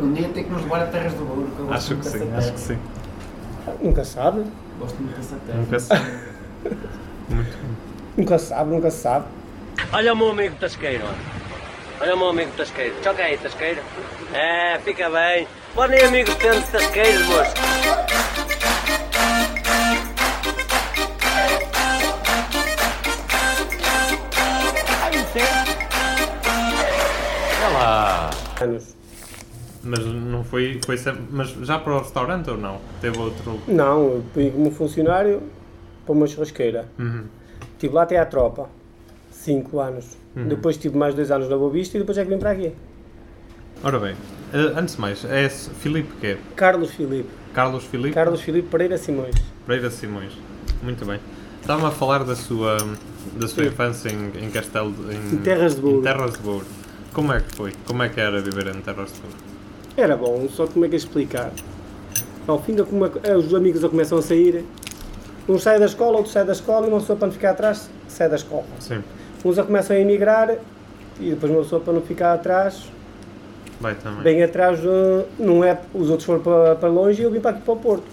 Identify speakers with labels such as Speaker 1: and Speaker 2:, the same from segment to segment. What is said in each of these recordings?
Speaker 1: Um dia tem que nos levar a Terras do Ouro. que eu gosto
Speaker 2: Acho
Speaker 1: muito
Speaker 2: que sim,
Speaker 1: dessa
Speaker 2: acho que
Speaker 1: terra.
Speaker 2: sim.
Speaker 3: Nunca sabe.
Speaker 1: Gosto muito dessa terra.
Speaker 2: Nunca se Muito
Speaker 3: Nunca sabe, nunca sabe.
Speaker 4: Olha o meu amigo Tasqueiro. Olha o meu amigo Tasqueiro. Choca aí, Tasqueiro. É, fica bem. Podem amigos tendo Tasqueiros, moço.
Speaker 2: Olha lá!
Speaker 3: Anos.
Speaker 2: Mas não foi, foi sempre, mas já para o restaurante ou não? Teve outro.
Speaker 3: Não, eu fui como funcionário para uma churrasqueira.
Speaker 2: Uhum.
Speaker 3: Estive lá até à tropa. Cinco anos. Depois tive mais dois anos na Boa Vista e depois é que vim para aqui.
Speaker 2: Ora bem, eh, antes de mais, é esse Filipe quê?
Speaker 3: Carlos Filipe.
Speaker 2: Carlos Filipe
Speaker 3: Carlos Filipe Pereira Simões.
Speaker 2: Pereira Simões. Muito bem. Estava a falar da sua, da sua infância em, em Castelo de- em,
Speaker 3: Em Terras de Ouro.
Speaker 2: em Terras de Ouro. Como é que foi? Como é que era viver em Terras de Ouro?
Speaker 3: Era bom, só como é que é explicar? Ao fim da como é- os amigos já começam a sair. Um sai da escola, outro sai da escola e uma pessoa para não ficar atrás sai da escola.
Speaker 2: Sim,
Speaker 3: Uns já começam a emigrar e depois uma pessoa para não ficar atrás,
Speaker 2: vai também.
Speaker 3: bem atrás, eh, não é, os outros foram para, para longe e eu vim para aqui para o Porto.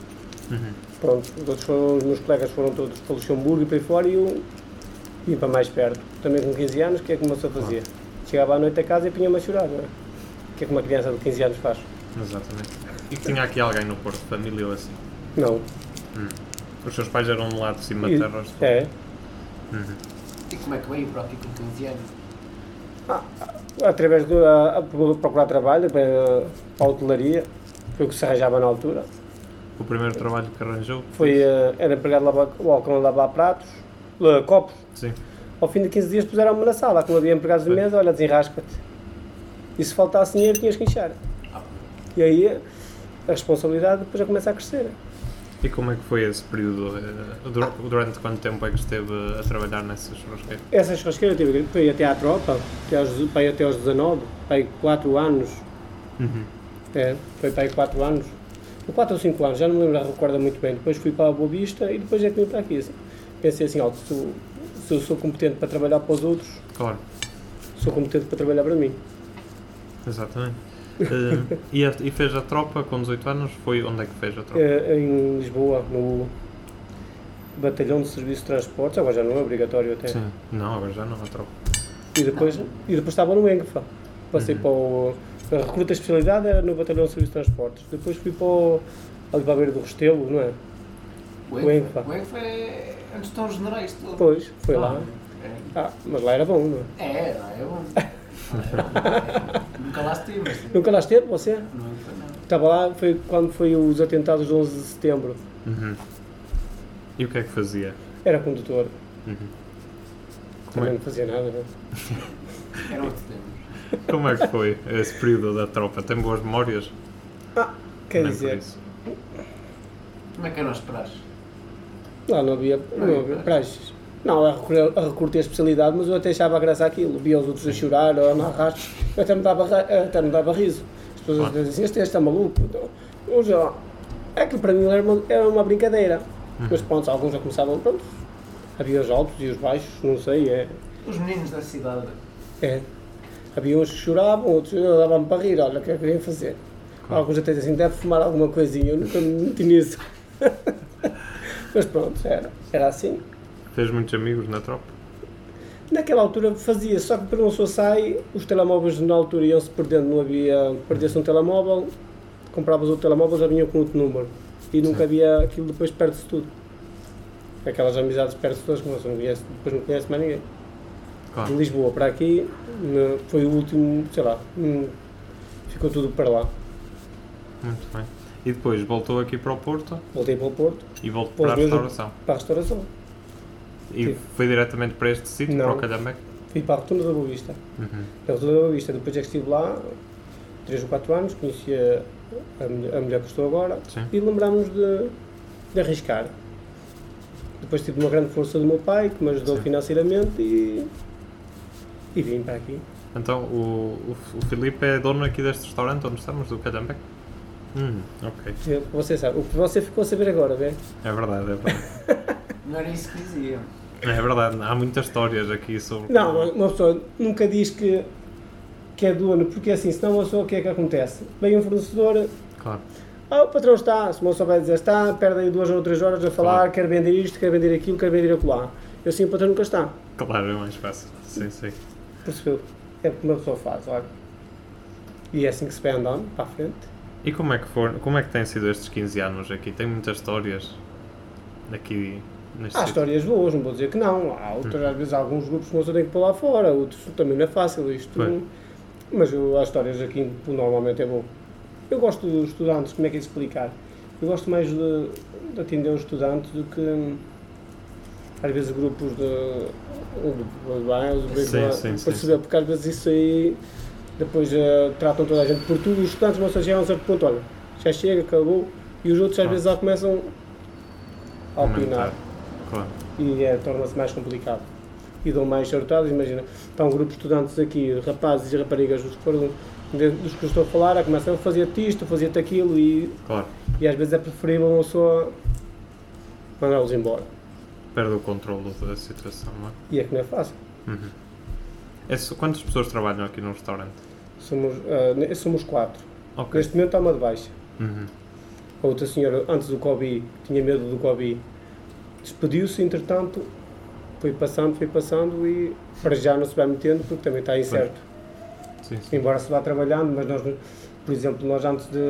Speaker 3: Pronto, os outros foram, os meus colegas foram todos para Luxemburgo e para aí fora e eu vim para mais perto. Também com 15 anos, o que é que uma pessoa fazia? Chegava à noite a casa e punha-me a chorar, não é? O que é que uma criança de 15 anos faz?
Speaker 2: Exatamente. E tinha aqui alguém no Porto, família ou assim.
Speaker 3: Não.
Speaker 2: Os seus pais eram de lá de cima
Speaker 3: E-
Speaker 2: de Terras de Ouro.
Speaker 3: É.
Speaker 1: E como é que veio para aqui com 15 anos?
Speaker 3: Através de a, a procurar trabalho para a hotelaria, foi o que se arranjava na altura.
Speaker 2: O primeiro trabalho que arranjou?
Speaker 3: Foi, eh, era empregado de lavar, o balcão a lavar pratos, eh, copos.
Speaker 2: Sim.
Speaker 3: Ao fim de 15 dias puseram-me na sala, como havia empregados de mesa, olha, desenrasca-te. E se faltasse dinheiro, tinhas que inchar. E aí eh, a responsabilidade depois já começa a crescer.
Speaker 2: E como é que foi esse período? eh, dur- Durante quanto tempo é que esteve a trabalhar nessa churrasqueira?
Speaker 3: Essa churrasqueira eu tive para ir até à tropa, até aos, para ir até aos 19, para aí 4 anos. É, foi para aí 4 anos. 4 ou 5 anos, já não me lembro, recorda muito bem. Depois fui para a Boa Vista e depois é que vim para aqui. assim. Pensei assim, ó, se, eu- se eu sou competente para trabalhar para os outros,
Speaker 2: Claro,
Speaker 3: sou competente para trabalhar para mim.
Speaker 2: exatamente. Eh, e, a- e fez a tropa com 18 anos? Foi onde é que fez a tropa?
Speaker 3: É, em Lisboa, no Batalhão de Serviço de Transportes, agora já não é obrigatório até.
Speaker 2: Sim. Não, agora já não a tropa.
Speaker 3: E depois, e depois estava no Engefa.
Speaker 2: Uhum.
Speaker 3: Passei para o. A recruta especialidade era no Batalhão de Serviço de Transportes. Depois fui para o. Ali para a beira do Restelo, não é?
Speaker 1: O
Speaker 3: O
Speaker 1: Enfa.
Speaker 3: Enfa.
Speaker 1: O Enfa é antes de estar os generais todos.
Speaker 3: Pois, foi
Speaker 1: Ah,
Speaker 3: lá. Ah, mas lá era bom, não é?
Speaker 1: É, é, lá é bom. Lá é bom. Nunca lá estive, mas sim.
Speaker 3: Nunca lá esteve, você?
Speaker 1: no Enfa não. é
Speaker 3: Estava lá, foi quando foi os atentados de 11 de setembro.
Speaker 2: Uhum. E o que é que fazia?
Speaker 3: Era condutor.
Speaker 2: Como
Speaker 3: Também
Speaker 2: é,
Speaker 3: não fazia nada, não é?
Speaker 1: Era outro tempo.
Speaker 2: como é que foi esse período da tropa? Tem boas memórias? Nem
Speaker 3: Quer
Speaker 2: por
Speaker 3: dizer,
Speaker 2: isso.
Speaker 1: Como é que eram as praxes?
Speaker 3: Lá não havia, não havia praxes. Não, a recur- a recurtei a especialidade, mas eu até achava graça aquilo. Via os outros a chorar, ou a amarrar eu até me dava, ra- eh, até me dava riso. As pessoas diziam assim, este, este é maluco. Então, eu já, aquilo É para mim era uma, era uma brincadeira. Mas pronto, alguns já começavam, pronto, havia os altos e os baixos, não sei, é...
Speaker 1: Os meninos da cidade.
Speaker 3: é. Havia uns que choravam, outros eu dava-me para rir, olha, o que é que queriam fazer? Alguns até diziam assim, deve fumar alguma coisinha, eu nunca me meti nisso. mas pronto, era, era assim.
Speaker 2: Fez muitos amigos na tropa?
Speaker 3: Naquela altura fazia, só que para uma pessoa sai, os telemóveis na altura iam-se perdendo, não havia. Perdia-se um telemóvel, compravas outro telemóvel, já vinha com outro número. E nunca havia aquilo, depois perde-se tudo. Aquelas amizades perde-se todas, como você não conhece, depois não conhece mais ninguém. De
Speaker 2: Claro.
Speaker 3: Lisboa para aqui, né, foi o último, sei lá, hum, ficou tudo para lá.
Speaker 2: Muito bem. E depois voltou aqui para o Porto
Speaker 3: Voltei para o Porto,
Speaker 2: e voltou para
Speaker 3: Pois
Speaker 2: a
Speaker 3: mesmo.
Speaker 2: restauração.
Speaker 3: para a restauração.
Speaker 2: E
Speaker 3: Sim.
Speaker 2: foi diretamente para este sítio,
Speaker 3: Não.
Speaker 2: para o Calhambeque?
Speaker 3: Fui para a Rotunda da Boa Vista.
Speaker 2: Uhum.
Speaker 3: Na Rotunda da Boa Vista, depois é que estive lá, 3 ou 4 anos, conheci a, a mulher, a mulher que estou agora
Speaker 2: Sim.
Speaker 3: e lembrámos de, de arriscar. Depois tive uma grande força do meu pai, que me ajudou financeiramente e, e vim para aqui.
Speaker 2: Então, o, o, o Filipe é dono aqui deste restaurante onde estamos, do Calhambeque? Hum, ok.
Speaker 3: Eu- Você sabe, o que você ficou a saber agora, vê?
Speaker 2: É verdade, é verdade.
Speaker 1: Não era isso que dizia.
Speaker 2: é verdade, há muitas histórias aqui sobre...
Speaker 3: Não, uma pessoa nunca diz que que é dono, porque assim, se não eu sou, o que é que acontece? Vem um fornecedor,
Speaker 2: Claro.
Speaker 3: ah, o patrão está, se o meu souber dizer está, perde aí duas ou três horas a falar,
Speaker 2: Claro.
Speaker 3: quer vender isto, quer vender aquilo, quer vender acolá. Eu sim, o patrão nunca está.
Speaker 2: Claro, é mais fácil. Sim, sim.
Speaker 3: Percebeu? É o que uma pessoa faz, olha. E é assim que se vai andando, para a frente.
Speaker 2: E como é que foram, como é que têm sido estes 15 anos aqui? Tem muitas histórias aqui neste
Speaker 3: Há
Speaker 2: sítio.
Speaker 3: histórias boas, não vou dizer que não. Há
Speaker 2: Hum.
Speaker 3: outras, às vezes, há alguns grupos que não se têm que pôr lá fora, outros também não é fácil isto.
Speaker 2: Pois.
Speaker 3: Mas eu, as histórias aqui normalmente é bom. Eu gosto dos estudantes, como é que é de explicar? Eu gosto mais de, de atender um estudante do que hum, às vezes grupos de. um de, de bairros, de
Speaker 2: Sim, sim, sim,
Speaker 3: perceber, porque às vezes isso aí depois eh, tratam toda a gente por tudo, os estudantes vão chegar a um certo ponto, olha, já chega, acabou, e os outros às
Speaker 2: Ah.
Speaker 3: vezes já começam a opinar
Speaker 2: Comentar. Claro.
Speaker 3: e é, torna-se mais complicado. E dão mais sortadas, imagina, está um grupo de estudantes aqui, rapazes e raparigas, dos que, foram, de- dos que eu estou a falar, a começar a fazer-te isto, fazer-te aquilo, e,
Speaker 2: Claro.
Speaker 3: e às vezes é preferível uma pessoa mandá-los embora.
Speaker 2: Perde o controle da situação, não é?
Speaker 3: E é que não é fácil.
Speaker 2: Uhum. É só- quantas pessoas trabalham aqui no restaurante?
Speaker 3: Somos, ah, ne- somos quatro.
Speaker 2: Ok.
Speaker 3: Neste momento há uma de baixa.
Speaker 2: Uhum.
Speaker 3: A outra senhora, antes do Covid, tinha medo do Covid, despediu-se, entretanto, foi passando, foi passando, e para já não se vai metendo, porque também está incerto.
Speaker 2: Sim, sim.
Speaker 3: embora se vá trabalhando, mas nós, por exemplo, nós antes, de,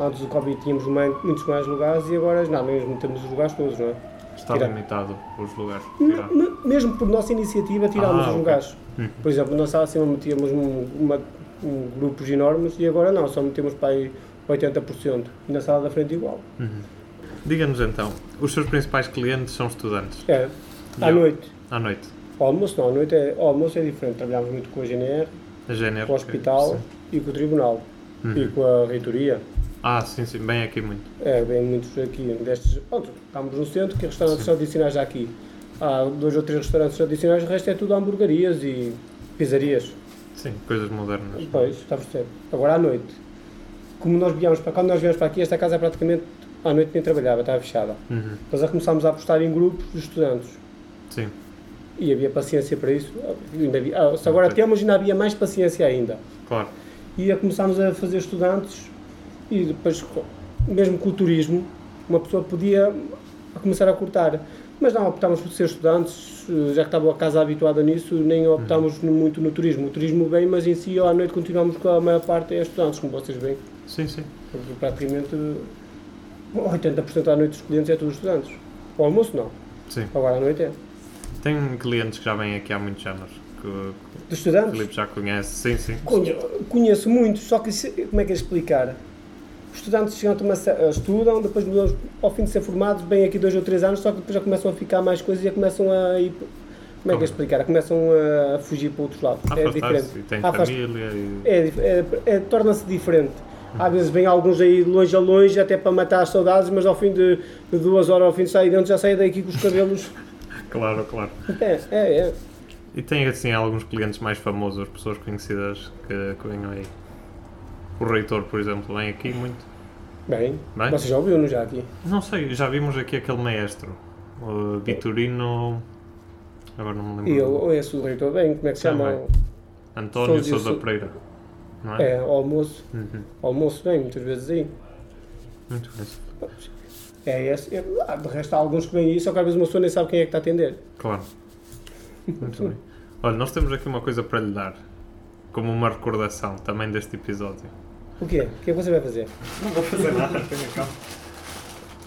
Speaker 3: antes do Covid tínhamos mai- muitos mais lugares e agora não, mesmo temos os lugares todos, não é?
Speaker 2: Está
Speaker 3: Tirar.
Speaker 2: limitado os lugares. Tirar.
Speaker 3: Me- me- Mesmo por nossa iniciativa tirámos
Speaker 2: Ah,
Speaker 3: os
Speaker 2: ok.
Speaker 3: lugares.
Speaker 2: Hum.
Speaker 3: Por exemplo, na sala acima metíamos um, uma- um grupos enormes e agora não, só metemos para aí 80%. E na sala da frente igual.
Speaker 2: Uhum. Diga-nos então, os seus principais clientes são estudantes,
Speaker 3: É, à
Speaker 2: E eu?
Speaker 3: noite.
Speaker 2: à noite.
Speaker 3: Ao almoço não, à noite é, ao almoço é diferente. Trabalhámos muito com a GNR,
Speaker 2: A GNR.
Speaker 3: com o hospital
Speaker 2: sim.
Speaker 3: e com o tribunal. E
Speaker 2: Uhum.
Speaker 3: com a reitoria.
Speaker 2: Ah, sim, sim, bem aqui muito.
Speaker 3: É, bem muitos aqui destes. Pronto, estamos no centro, que restaurantes tradicionais há aqui. Há dois ou três restaurantes tradicionais, o resto é tudo hamburguerias e pizzarias.
Speaker 2: Sim, coisas modernas.
Speaker 3: Pois, está a perceber. Agora à noite. Como nós viemos para quando nós viemos para aqui, esta casa é praticamente à noite nem trabalhava, estava fechada.
Speaker 2: Uhum.
Speaker 3: Nós já começámos a apostar em grupos de estudantes.
Speaker 2: Sim,
Speaker 3: E havia paciência para isso. Ainda havia- ah, se agora
Speaker 2: Ok.
Speaker 3: temos, ainda havia mais paciência ainda.
Speaker 2: claro.
Speaker 3: e a começámos a fazer estudantes e depois co- mesmo com o turismo uma pessoa podia começar a cortar mas não optámos por ser estudantes eh, já que estava a casa habituada nisso nem optámos no- muito no turismo o turismo bem mas em si à noite continuamos com a maior parte é estudantes como vocês veem
Speaker 2: Sim, sim.
Speaker 3: porque praticamente eh, 80% à noite dos clientes é todos estudantes o almoço não
Speaker 2: Sim.
Speaker 3: agora à noite é
Speaker 2: Tem clientes que já vêm aqui há muitos anos, que que
Speaker 3: de
Speaker 2: o
Speaker 3: estudantes
Speaker 2: Filipe já conhece. Sim, sim.
Speaker 3: Conhe- Conheço muitos, só que se- como é que é explicar? Os estudantes chegam a tomar, se- eh, estudam, depois mudam- ao fim de ser formados, bem aqui dois ou três anos, só que depois já começam a ficar mais coisas e já começam a ir. Como é que é explicar? Começam a fugir para outros lados. É
Speaker 2: Afastar-se. Ah, e
Speaker 3: diferente.
Speaker 2: Tem
Speaker 3: Afast-
Speaker 2: família e.
Speaker 3: é, dif- é- é- torna-se diferente. Às vezes vêm alguns aí de longe a longe, até para matar as saudades, mas ao fim de, de duas horas, ao fim de sair dentro, já saem daqui com os cabelos.
Speaker 2: Claro, claro.
Speaker 3: É, é, é.
Speaker 2: E tem assim alguns clientes mais famosos, pessoas conhecidas que, que venham aí. O reitor, por exemplo, vem aqui muito.
Speaker 3: Bem,
Speaker 2: Bem.
Speaker 3: vocês já ouviram-nos já aqui?
Speaker 2: Não sei, já vimos aqui aquele maestro, o Vitorino. Agora não me lembro.
Speaker 3: E eu ouço o reitor bem, como é que se chama?
Speaker 2: Também. António
Speaker 3: Sousa-
Speaker 2: Sousa Pereira. Não é?
Speaker 3: É, ao almoço.
Speaker 2: Uhum.
Speaker 3: Ao almoço bem, muitas vezes aí.
Speaker 2: Muito bem.
Speaker 3: É esse. É, ah, de resto, há alguns que vêm aí, só que às vezes uma pessoa nem sabe quem é que está a atender.
Speaker 2: Claro. Muito bem. Olha, nós temos aqui uma coisa para lhe dar, como uma recordação também deste episódio.
Speaker 3: O quê? O que é que você vai fazer?
Speaker 2: Não vou fazer nada, tenha calma.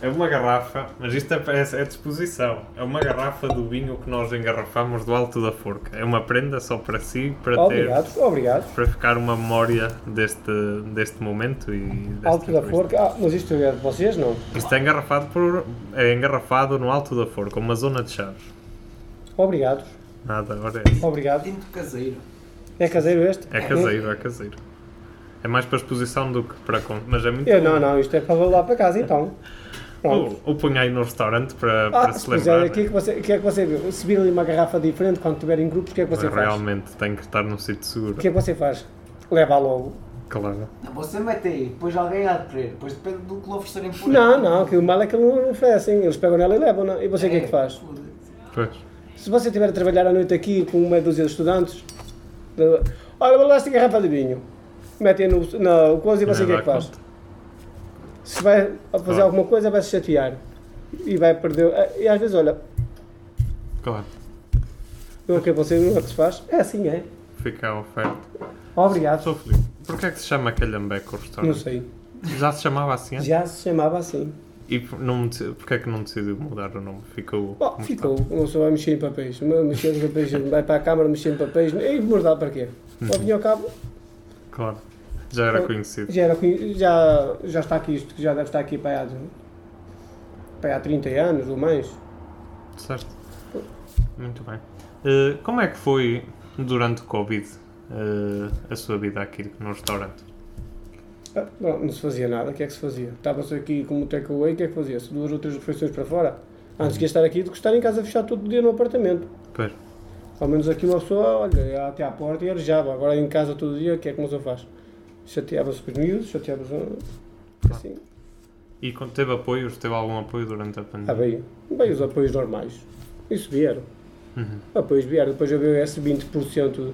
Speaker 2: É uma garrafa, mas isto é, é, é disposição. É uma garrafa do vinho que nós engarrafamos do Alto da Forca. É uma prenda só para si, para ter.
Speaker 3: Obrigado, obrigado.
Speaker 2: Para ficar uma memória deste, deste momento e desta
Speaker 3: Alto da
Speaker 2: entrevista.
Speaker 3: forca. Ah, mas isto é de vocês, não?
Speaker 2: Isto é engarrafado, por, é engarrafado no Alto da Forca, uma zona de chaves.
Speaker 3: Obrigado,
Speaker 2: Nada, agora
Speaker 3: obrigado.
Speaker 1: Tinto caseiro.
Speaker 3: É caseiro este?
Speaker 2: é. É caseiro, é caseiro. É mais para exposição do que para. con- Mas é muito.
Speaker 3: Eu não, não, isto é para levar lá para casa então. Pronto.
Speaker 2: Ou, ou ponho aí no restaurante para, Oh, para
Speaker 3: Ah,
Speaker 2: se
Speaker 3: se
Speaker 2: lembrar. né?
Speaker 3: quiser, o que, é que você, o que é que você viu? Se vir ali uma garrafa diferente quando estiver em grupos, o que é que
Speaker 2: Mas
Speaker 3: você faz?
Speaker 2: realmente tem que estar num sítio seguro.
Speaker 3: O que é que você faz? Leva logo.
Speaker 2: Claro.
Speaker 1: Não, você mete aí, depois alguém há de querer, depois depende do que lhe oferecerem por
Speaker 3: Não, não, que o mal é que eles não oferecem. Eles pegam nela e levam, não? E você o que é que faz?
Speaker 1: foda-se.
Speaker 2: Pois.
Speaker 3: Se você estiver a trabalhar à noite aqui com uma dúzia de estudantes, eh, Olha, vou lá esta garrafa de vinho. Metem no, no coisa e você o que é
Speaker 2: dá
Speaker 3: que faz.
Speaker 2: conta.
Speaker 3: Se vai fazer
Speaker 2: Ah.
Speaker 3: alguma coisa, vai se chatear. E vai perder. eh, E às vezes, olha,
Speaker 2: Claro,
Speaker 3: não quer você, não é o que se faz. É assim, é.
Speaker 2: fica a oferta.
Speaker 3: Obrigado.
Speaker 2: Sou Filipe, porquê é que se chama Calhambeco o
Speaker 3: Não
Speaker 2: restaurante?
Speaker 3: sei.
Speaker 2: Já se chamava assim antes?
Speaker 3: Já se chamava assim.
Speaker 2: E por- não, deci- porquê é que não decidiu mudar o nome? Ficou.
Speaker 3: Bom,
Speaker 2: como
Speaker 3: ficou. Não só vai mexer em papéis. Uma- Mexer em papéis, vai para a câmara mexer em papéis. E mordar para quê? Ao fim e ao cabo,
Speaker 2: está. Claro, já era
Speaker 3: Eu-
Speaker 2: conhecido.
Speaker 3: já, era conhe- já, já está aqui isto, que já deve estar aqui para aí há- para aí há 30 anos ou mais.
Speaker 2: Certo. Muito bem. Eh, como é que foi durante o Covid eh, a sua vida aqui no restaurante?
Speaker 3: Ah, Não, não se fazia nada, o que é que se fazia? Estava-se aqui como takeaway, o que é que fazia-se? Duas ou três refeições para fora? Antes que estar aqui do que estar em casa fechado todo dia no apartamento.
Speaker 2: Pois,
Speaker 3: Ao menos aqui uma pessoa, olha, ia até à porta e arejava. Agora em casa todo dia, o que é que uma pessoa faz? Chateava-se com os miúdos, chateava-se ah, assim.
Speaker 2: E quando teve apoios, teve algum apoio durante a
Speaker 3: Ah,
Speaker 2: pandemia?
Speaker 3: veio. Veio os apoios normais. Isso vieram. Apoios vieram. Depois havia esse 20%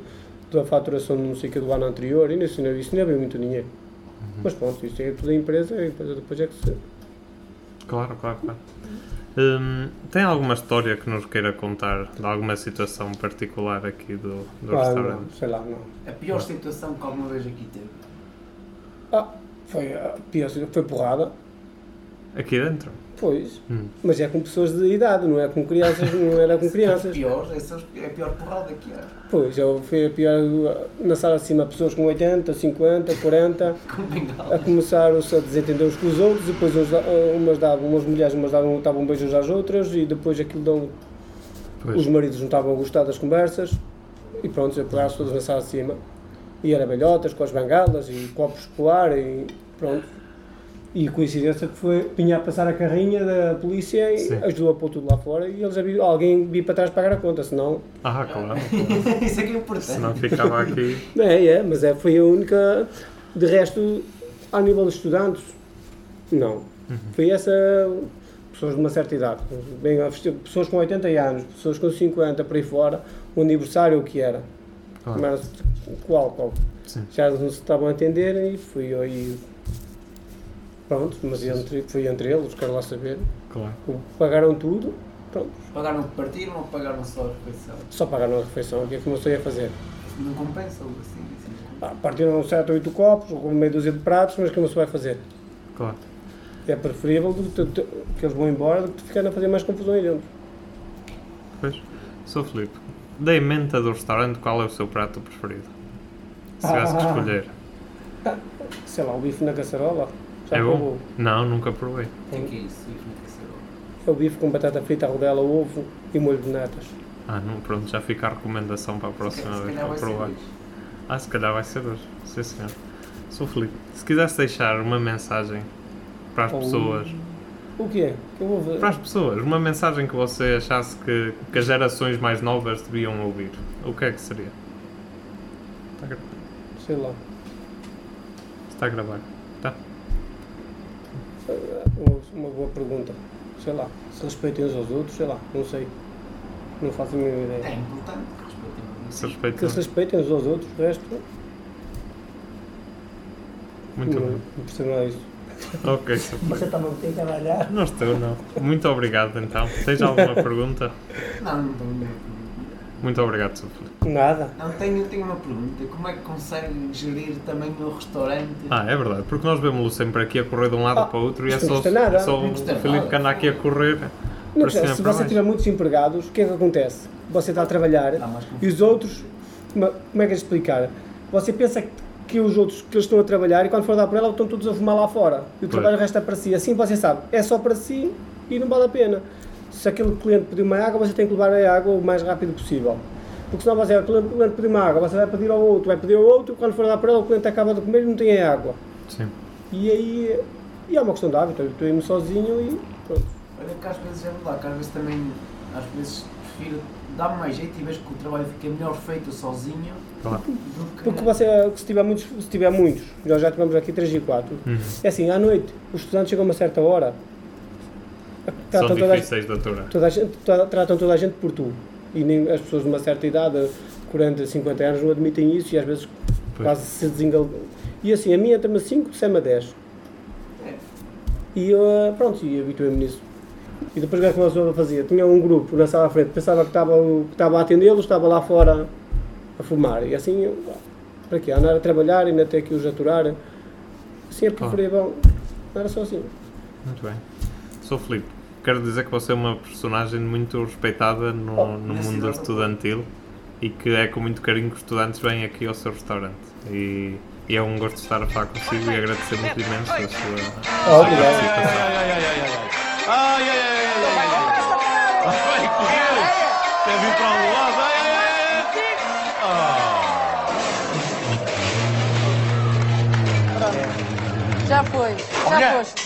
Speaker 3: da faturação não sei o que do ano anterior. E isso não, isso não havia muito dinheiro. Mas pronto, isso é tudo a empresa e depois, depois é que se...
Speaker 2: Claro, claro, claro. Hum, tem alguma história que nos queira contar de alguma situação particular aqui do, do
Speaker 3: Ah, não,
Speaker 2: restaurante?
Speaker 3: sei lá, não.
Speaker 1: A pior situação que alguma vez aqui teve.
Speaker 3: Ah, foi, ah, pior, foi porrada.
Speaker 2: Aqui dentro?
Speaker 3: Pois.
Speaker 2: Hum.
Speaker 3: Mas é com pessoas de idade, não é com crianças, não era com crianças.
Speaker 1: Pior, essa é a pior porrada que há.
Speaker 3: Pois, eu fui a pior na sala de cima, pessoas com 80, 50, 40,
Speaker 1: Com
Speaker 3: a
Speaker 1: bengala.
Speaker 3: começaram-se a desentender uns com os outros, depois uns, umas davam, umas mulheres umas davam, davam beijos às outras e depois aquilo dão, os
Speaker 2: Pois.
Speaker 3: maridos não estavam a gostar das conversas e pronto, eu pegaram-se todos na sala de cima. E era velhotas com as bengalas e copos com ar e pronto. E coincidência que foi, vinha a passar a carrinha da polícia e
Speaker 2: Sim.
Speaker 3: ajudou a pôr tudo lá fora e eles haviam- alguém vir para trás pagar a conta, senão
Speaker 2: Ah, claro.
Speaker 1: Isso é que é
Speaker 2: Se
Speaker 1: importante.
Speaker 2: não ficava aqui.
Speaker 3: É, é, mas é, foi a única. De resto, ao nível de estudantes, não.
Speaker 2: Uhum.
Speaker 3: Foi essa. Pessoas de uma certa idade, bem, a vestir- pessoas com 80 anos, pessoas com 50 para aí fora, o aniversário o que era.
Speaker 2: Claro.
Speaker 3: Mas com álcool.
Speaker 2: Sim.
Speaker 3: Já não se estavam a entender e fui eu aí. Pronto, mas entre, foi entre eles, quero lá saber.
Speaker 2: Claro.
Speaker 3: Pagaram tudo, pronto.
Speaker 1: Pagaram o que partiram ou pagaram um só a refeição?
Speaker 3: Só pagaram a refeição, o que é que comecei a fazer?
Speaker 1: Não compensa ou assim? assim não compensa.
Speaker 3: Ah, Partiram 7 ou 8 copos, com meia dúzia de pratos, mas o que você vai fazer?
Speaker 2: Claro.
Speaker 3: É preferível do que, do- que eles vão embora do que ficarem a fazer mais confusão aí dentro.
Speaker 2: Pois. Sou Filipe. Da emenda do restaurante, qual é o seu prato preferido? Se tivesse que
Speaker 3: Ah.
Speaker 2: escolher.
Speaker 3: Sei lá, o bife na caçarola. Já
Speaker 2: é
Speaker 3: provou?
Speaker 2: bom? Não, nunca provei.
Speaker 1: O que é que é isso? Isso não quer ser bom.
Speaker 3: É o bife com batata frita, rodela, ovo e molho de natas.
Speaker 2: Ah, não, pronto, já fica a recomendação para a próxima
Speaker 1: Se
Speaker 2: vez
Speaker 1: calhar
Speaker 2: para
Speaker 1: vai ser
Speaker 2: provar.
Speaker 1: hoje.
Speaker 2: Ah, se calhar vai ser hoje. Sim, senhor. Sou Filipe. Se quisesse deixar uma mensagem para as
Speaker 3: Oh.
Speaker 2: pessoas,
Speaker 3: O que é? Que eu vou ver.
Speaker 2: para as pessoas, uma mensagem que você achasse que, que as gerações mais novas deviam ouvir, o que é que seria? Está a, gra-
Speaker 3: Sei lá.
Speaker 2: está a gravar? Está?
Speaker 3: Uma- Uma boa pergunta. Sei lá. Se respeitem uns aos outros, sei lá. Não sei. Não faço a mínima
Speaker 1: É
Speaker 3: ideia.
Speaker 1: importante que respeitemos.
Speaker 2: Se
Speaker 3: Que
Speaker 2: respeita.
Speaker 3: eles respeitem uns aos outros, o resto.
Speaker 2: Muito
Speaker 3: não,
Speaker 2: bem.
Speaker 3: não percebo nada disso.
Speaker 2: Ok, sou Filipe.
Speaker 3: está a trabalhar?
Speaker 2: Não estou, não. Muito obrigado, então. Tens alguma pergunta?
Speaker 1: Não, não tenho nenhuma pergunta.
Speaker 2: Muito obrigado, sou Filipe.
Speaker 3: Nada.
Speaker 1: Não tenho, tenho uma pergunta. Como é que conseguem gerir também o restaurante?
Speaker 2: Ah, é verdade, porque nós vemos-lo sempre aqui a correr de um lado
Speaker 3: Ah,
Speaker 2: para o outro e é
Speaker 3: isto não
Speaker 2: só,
Speaker 3: custa nada.
Speaker 2: é só
Speaker 1: Não
Speaker 2: o
Speaker 1: custa
Speaker 2: Filipe
Speaker 1: nada.
Speaker 2: que anda aqui a correr.
Speaker 3: Não,
Speaker 2: para cima
Speaker 3: se
Speaker 2: para
Speaker 3: você
Speaker 2: baixo.
Speaker 3: tiver muitos empregados, o que é que acontece? Você está a trabalhar
Speaker 1: Dá mais confusão.
Speaker 3: e os outros, ma- como é que é de explicar? Você pensa que, que os outros que eles estão a trabalhar e quando for dar por ela estão todos a fumar lá fora e o
Speaker 2: Pois.
Speaker 3: trabalho resta para si. Assim você sabe, é só para si e não vale a pena. Se aquele cliente pedir uma água, você tem que levar a água o mais rápido possível. Porque senão você, o cliente o cliente pedir uma água, você vai pedir ao outro, vai pedir ao outro, e quando for dar por ela, o cliente acaba de comer e não tem a água.
Speaker 2: Sim.
Speaker 3: E aí e é uma questão de hábito, eu estou aí sozinho e pronto.
Speaker 1: Olha que às vezes é verdade, que às vezes também, às vezes prefiro dar-me mais jeito e vejo que o trabalho fica melhor feito sozinho
Speaker 2: Claro.
Speaker 3: Tá,
Speaker 1: do que...
Speaker 3: Porque você, se tiver muitos, se tiver muitos, nós já tivemos aqui 3 e 4. É assim, à noite, os estudantes chegam a uma certa hora,
Speaker 2: São
Speaker 3: tratam tá toda a,
Speaker 2: difíceis de aturar.
Speaker 3: toda a gente, toda- tratam toda a gente por tu. E nem as pessoas de uma certa idade, 40, 50 anos, não admitem isso e às vezes
Speaker 2: Pois.
Speaker 3: quase se desengal... E assim, a minha entra-me a 5, Sam a 10.
Speaker 1: É.
Speaker 3: E eh, pronto, e habituei-me nisso. E depois o que é que nós fazia? Tinha um grupo na sala à frente, pensava que estava, o- que estava a atendê-los, estava lá fora a fumar. E assim, eu, para quê? Andar a trabalhar, ainda ter que os aturar. Assim é preferível. Era só assim.
Speaker 2: Muito bem. Sou Filipe. Quero dizer que você é uma personagem muito respeitada no,
Speaker 3: Oh,
Speaker 2: no
Speaker 1: nesse
Speaker 2: mundo
Speaker 1: lado.
Speaker 2: estudantil e que é com muito carinho que os estudantes vêm aqui ao seu restaurante. E, e é um gosto estar a falar consigo e agradecer muito imenso a sua
Speaker 3: Ah, obrigado.
Speaker 2: participação.
Speaker 5: Ai, ai, ai, ai, ai. Ai, ai, ai, ai, ai, ai. Vai correr. Quer vir para um lado? Ai, ai, ai, ai. Ah.
Speaker 6: Já foi, já foste.